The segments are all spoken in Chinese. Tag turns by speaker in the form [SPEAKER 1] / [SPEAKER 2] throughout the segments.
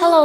[SPEAKER 1] Hello，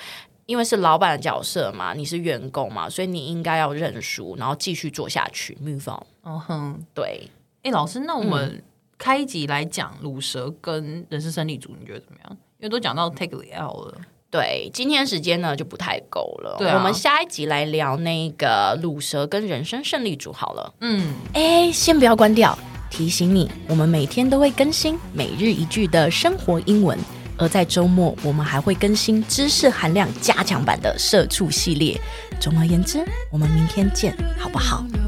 [SPEAKER 1] 因为是老板的角色嘛，你是员工嘛，所以你应该要认输，然后继续做下去，move on。
[SPEAKER 2] 嗯哼，
[SPEAKER 1] 对，
[SPEAKER 2] 哎，老师，那我们开一集来讲卤蛇跟人事胜利组，你觉得怎么样？因为都讲到 take the L 了，
[SPEAKER 1] 对，今天时间呢就不太够了。
[SPEAKER 2] 对啊
[SPEAKER 1] 我们下一集来聊那个卤蛇跟人生胜利组好了。
[SPEAKER 2] 嗯，
[SPEAKER 1] 哎，先不要关掉，提醒你，我们每天都会更新每日一句的生活英文，而在周末我们还会更新知识含量加强版的社畜系列。总而言之，我们明天见，好不好？
[SPEAKER 3] No,